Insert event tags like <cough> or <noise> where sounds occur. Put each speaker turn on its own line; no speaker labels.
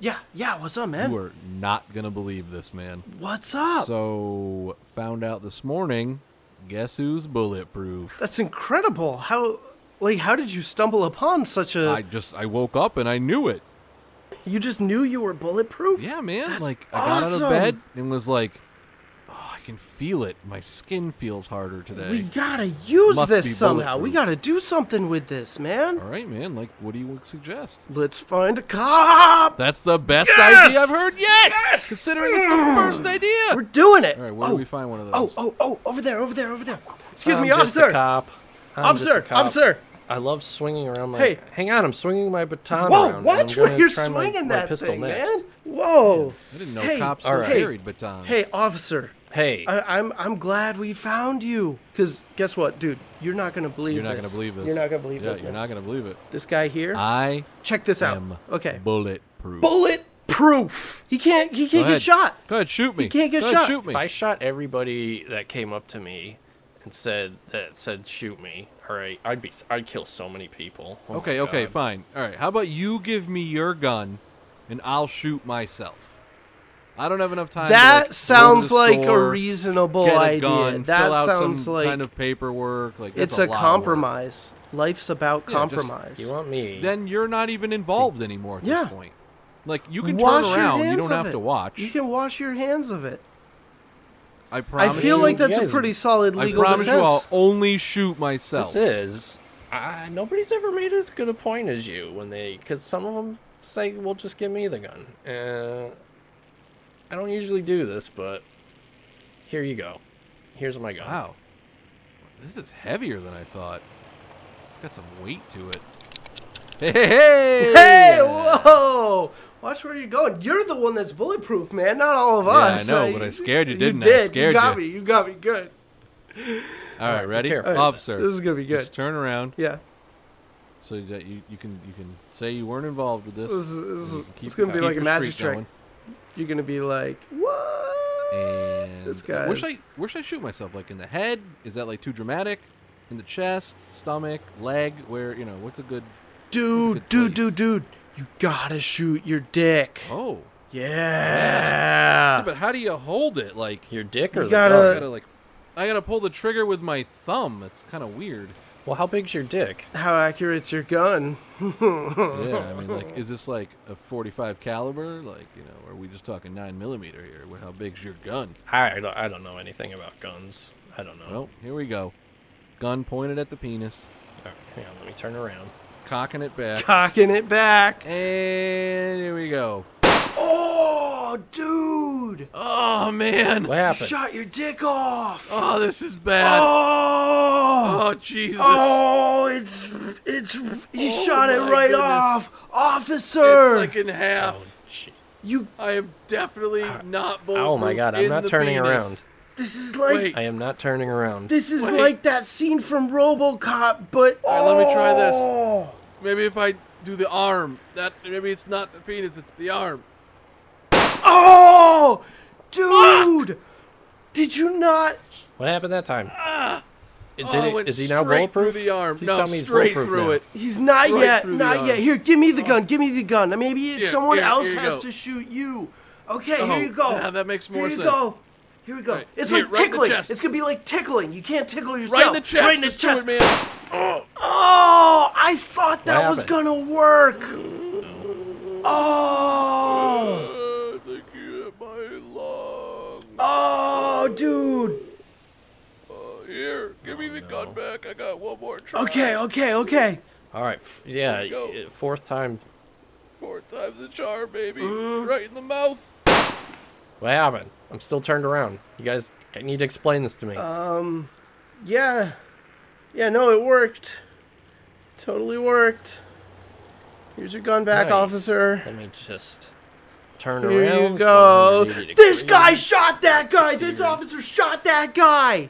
Yeah, yeah. Oh. What's up, man?
You are not gonna believe this, man.
What's up?
So found out this morning. Guess who's bulletproof?
That's incredible. How, like, how did you stumble upon such a?
I just I woke up and I knew it.
You just knew you were bulletproof.
Yeah, man.
That's
like I got out
awesome.
of bed and was like, oh, I can feel it. My skin feels harder today.
We gotta use
Must be
this somehow. We
bulletproof.
gotta do something with this, man.
All right, man. Like, what do you suggest?
Let's find a cop.
That's the best
Yes!
idea I've heard yet.
Yes! Mm.
Considering it's the first idea.
We're doing it.
All right, where
oh,
do we find one of
oh,
those?
oh, oh, over there, over there, over there. Excuse
I'm
me,
just
officer.
A cop. I'm
Officer,
just a cop.
officer.
I love swinging around my.
Hey.
hang on! I'm swinging my baton
Whoa,
around. and
watch
I'm
where
gonna
you're
try my-
swinging
my
that
pistol
thing,
next.
man. Whoa.
I didn't know
Hey,
cops
all
still
right.
carried batons.
Hey, officer.
Hey,
I, I'm I'm glad we found you. Cause guess what, dude? You're not gonna believe.
you're not
this.
gonna believe this.
You're not gonna believe
Yeah,
this.
you're
man.
not gonna believe it.
This guy here.
I
Check this out.
am
Okay.
bulletproof.
Bulletproof. He can't. He
Go
can't
ahead.
get shot.
Go ahead, shoot me.
can't get
Go ahead,
shot.
Shoot me.
if I shot everybody that came up to me and said that said shoot me, all right, I'd be I'd kill so many people. Oh my
Okay, okay,
God.
fine. All right. How about you give me your gun, and I'll shoot myself. I don't have enough time.
That
to, like,
sounds
go to the
like
store,
a reasonable
get a
idea.
Gun,
that
fill out
sounds
some
like
kind of paperwork. Like that's
it's a,
a, lot of work.
compromise. Life's about
Yeah, just-
compromise.
You want me?
Then you're not even involved anymore at
Yeah.
this point. Like you can
wash
turn
your
around. You
hands
don't
of
have
it.
to watch.
You can wash your hands of it.
I promise.
I feel
you,
like that's a
guys-
pretty solid
I
legal
promise
defense.
you, I'll only shoot myself.
This is. Uh, nobody's ever made as good a point as you when they, because some of them say, "Well, just give me the gun." Uh, I don't usually do this, but here you go. Here's my gun.
Wow. This is heavier than I thought. It's got some weight to it. Hey, hey, hey!
Hey, whoa! Watch where you're going. You're the one that's bulletproof, man. Not all of
Yeah, I
us.
know,
Uh,
but I scared you, didn't I?
you did.
Scared
you got
you.
me. You got me good.
All right, ready?
careful.
Officer.
This is gonna be good.
Just turn around
Yeah,
so that you, you can you can say you weren't involved with this.
this is, this
You
is
can
it's gonna be
keep
like a
your
magic
streak
trick. You're gonna be like, what?
Going. And
This guy-
Where should, I, where should I shoot myself? Like in the head? Is that like too dramatic? In the chest, stomach, leg? Where, you know, what's a good.
Dude,
good
dude,
place.
dude, dude. You gotta shoot your dick.
Oh.
Yeah.
Yeah, but how do you hold it? Like,
Your dick or
You
the
gotta-
I Ah. gotta like, I gotta pull the trigger with my thumb. It's kind of weird.
gun? Well, how big's your dick?
How accurate's your gun?
Yeah, I mean, like,
<laughs>
is this like a 45 caliber? Like, you know, are we just talking nine millimeter here? Wh- How big's your gun?
I don't, I don't know anything about guns. I don't know.
Well, here we go. Gun pointed at the penis,
All right, hang on, let me turn around.
cocking it
<laughs>
back,
Cocking it back.
and here we go.
Oh, dude!
Oh man,
What
You
happened?
shot your dick off.
oh this is bad.
Oh.
Oh Jesus,
Oh, it's it's he
Oh
shot it
my
right
goodness.
off, officer.
it's like in half.
Shit.
you,
I am definitely not bulletproof.
Oh my god, I'm
in
not
the
turning
penis.
around.
this is like
Wait.
I am not turning around.
this is
Wait.
like that scene from RoboCop, but
All right, let me try this.
Oh.
Maybe if I do the arm, that maybe it's not the penis, it's the arm.
Oh, dude, did you not?
What happened that time? Did
Oh, it
it-
went
is he now
straight through
bulletproof?
the arm.
Please
no,
tell me he's
straight
bulletproof
through
now.
it.
He's not
Right
yet,
through the
not
arm.
yet. Here, give me the gun. Give me the gun. Maybe it's
Here,
someone
here,
else
here you
has
go.
to shoot you. Okay,
Oh,
here you go.
yeah, that makes more
here
sense.
You go. Here we go.
Right,
It's
here,
like
right in the
tickling.
chest.
it's gonna be like tickling. You can't tickle yourself.
Right in the chest.
Right in the
just
chest.
Do it, man.
Oh, I thought that was
happened?
gonna work. Oh,
I think you hit my lung.
oh, dude.
Uh, here, give me the gun back. I got one more try.
Okay, okay, okay.
All right, f- yeah,
go.
y- fourth time.
Four times the charm, baby.
Uh.
Right in the mouth.
What happened? I'm still turned around. You guys need to explain this to me.
Uh, Yeah, yeah. No, it worked. Totally worked. Here's your gun back,
Nice.
officer.
Let me just turn
Here
around.
you go.
180
This
degrees.
guy shot that guy. This
degrees.
officer shot that guy.